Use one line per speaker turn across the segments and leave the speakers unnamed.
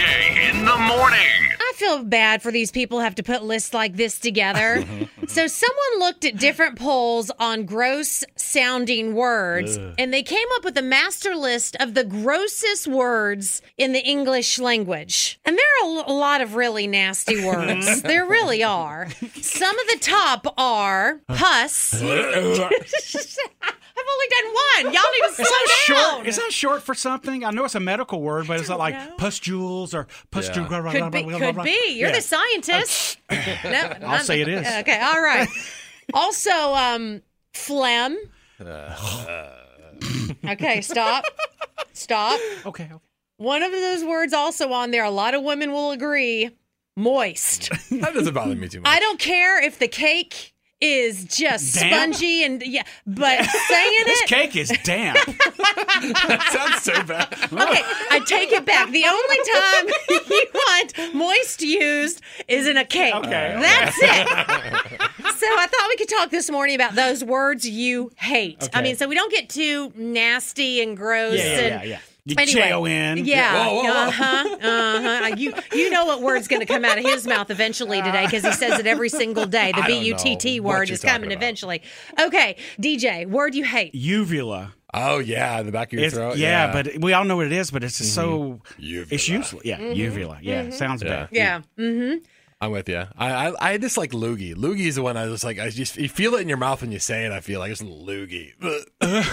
in the morning.
I feel bad for these people who have to put lists like this together. so someone looked at different polls on gross sounding words and they came up with a master list of the grossest words in the English language. And there are a l- a lot of really nasty words. there really are. Some of the top are pus. I've only done one. Y'all need to slow
Is that
down.
short? Is that short for something? I know it's a medical word, but it's not like
know.
pustules or pustule.
Could be. Could be. You're the scientist. no,
I'll say it is.
Okay. All right. also, um, phlegm.
Uh.
okay. Stop. Stop.
Okay. okay.
One of those words also on there. A lot of women will agree. Moist.
That doesn't bother me too much.
I don't care if the cake is just
Damp?
spongy and yeah, but saying
This
it.
cake is damp.
That sounds so bad.
Okay, I take it back. The only time you want moist used is in a cake.
Okay.
That's it. so I thought we could talk this morning about those words you hate. I
Okay.
mean, so we don't get too nasty and gross
yeah, yeah,
and
yeah, yeah. You
Anyway,
J-O-N.
Yeah.
Whoa, whoa, whoa.
Uh huh. Uh huh. You you know what word's going to come out of his mouth eventually today because he says it every single day. The
I
B
don't
U T T
know what
word
you're
is coming
talking about.
eventually. Okay, DJ, word you hate.
Uvula.
Oh yeah, in the back of your
It's-
throat. Mm-hmm.
yeah, but we all know what it is, but it's just so
Uvula.
it's useless. Yeah, uvula. Yeah, sounds bad.
Yeah. Mm,
I'm with you. I I, I just like loogie. Loogie is the one I just like. I just you feel it in your mouth when you say it. I feel like it's loogie. Ugh.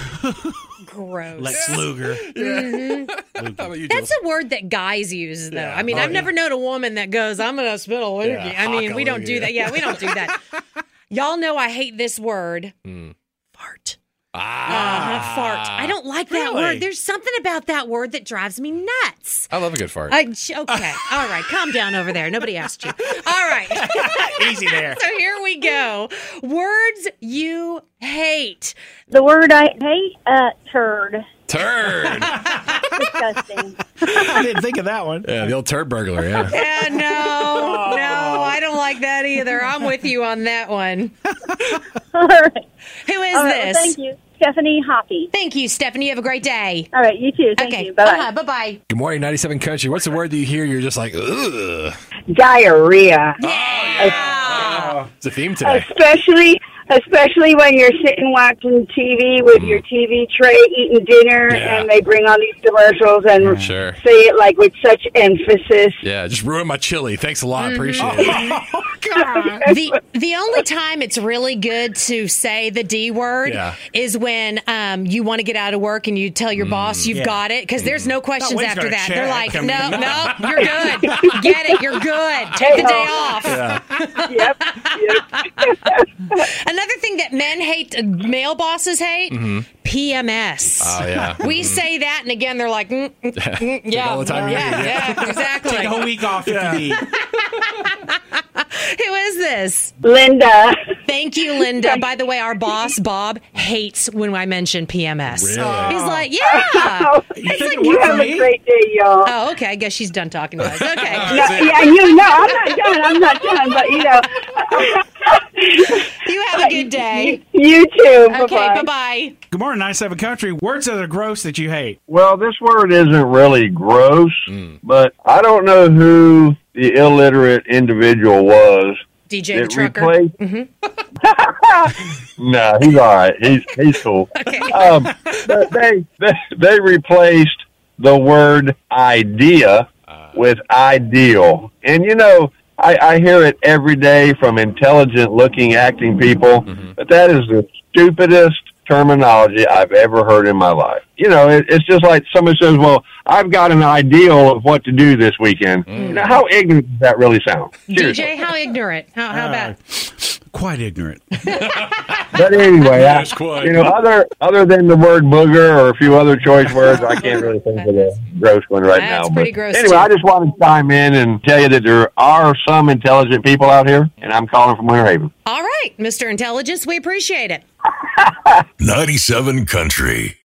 Gross.
Lex Luger.
How about you,
Mm-hmm. That's
Jules?
a word that guys use, though.
Yeah.
I mean,
Oh,
I've
yeah.
never known a woman that goes, "I'm gonna spit a loogie."
Yeah,
I mean,
hock a
we don't do
loogie.
that. Yeah, we don't do that. Y'all know I hate this word,
Hmm.
fart.
ah,
Uh-huh, fart. I don't like that
Really?
word. There's something about that word that drives me nuts.
I love a good fart.
I, okay, all right, calm down over there. Nobody asked you. All right.
Easy there.
So here we go. Words you hate.
The word I hate, uh, turd.
turd.
Disgusting.
I didn't think of that one.
yeah, the old turd burglar. Yeah.
Yeah, no, Uh, no, I don't like that either. I'm with you on that one.
All right.
Who is
All right, well,
this?
thank you. Stephanie Hockey.
Thank you, Stephanie. You Have a great day.
All right, you too. Thank
okay.
you. Bye bye.
Uh-huh. Bye-bye.
good morning, 97 Country. What's the word that you hear? You're just like, ugh.
diarrhea,
Ah.
It's a theme today.
especially especially when you're sitting watching TV with your TV tray eating dinner,
Yeah.
and they bring on these commercials and
Sure.
say it like with such emphasis.
Yeah, just ruin my chili. Thanks a
Mm-hmm.
lot. Appreciate it.
the the only time it's really good to say the D word
Yeah.
is when um, you want to get out of work and you tell your boss you've
Mm. Yeah. Mm.
got it because there's no questions
Nobody's
after
gonna
that. They're
check.
like,
I mean,
no, no, you're good. Get it, you're good. Take the day off.
yep, yep.
Another thing that men hate, uh, male bosses hate,
Mm-hmm.
PMS.
Ah.
Oh yeah.
we say that, and again, they're like, mm, mm, mm, yeah,
all the time you
yeah,
need,
yeah, exactly.
Take a whole week off if you need.
Who is this?
Linda.
Thank you, Linda. By the way, our boss, Bob, hates when I mention PMS.
Really?
He's like, yeah.
Oh,
You think it
you
worked for
have a
me?
great day, y'all.
Oh, okay. I guess she's done talking to us. Okay.
No, yeah, you know, I'm not done. I'm not done, but you know,
You have a good day.
you too.
Okay,
Bye-bye.
bye bye.
Good morning, 97 Country. Words that are gross that you hate.
Well, this word isn't really gross, but I don't know who the illiterate individual was.
DJ the
that
trucker.
replaced. no, he's all right. He's he's cool. Um, but they, they they replaced the word idea with ideal, and you know. I, I hear it every day from intelligent looking acting people, but that is the stupidest terminology I've ever heard in my life. You know, it, it's just like somebody says, Well, I've got an ideal of what to do this weekend. You know, how ignorant does that really sound? Seriously.
DJ, how ignorant. How, how about?
Ah.
Quite ignorant.
But anyway, I,
Yes, quite.
you know, other other than the word booger or a few other choice words, I can't really think of a gross one right now.
That's
but
pretty gross,
anyway,
too.
I just wanted to chime in and tell you that there are some intelligent people out here, and I'm calling from Winter Haven.
All right, Mr. Intelligence, we appreciate it.
97 Country.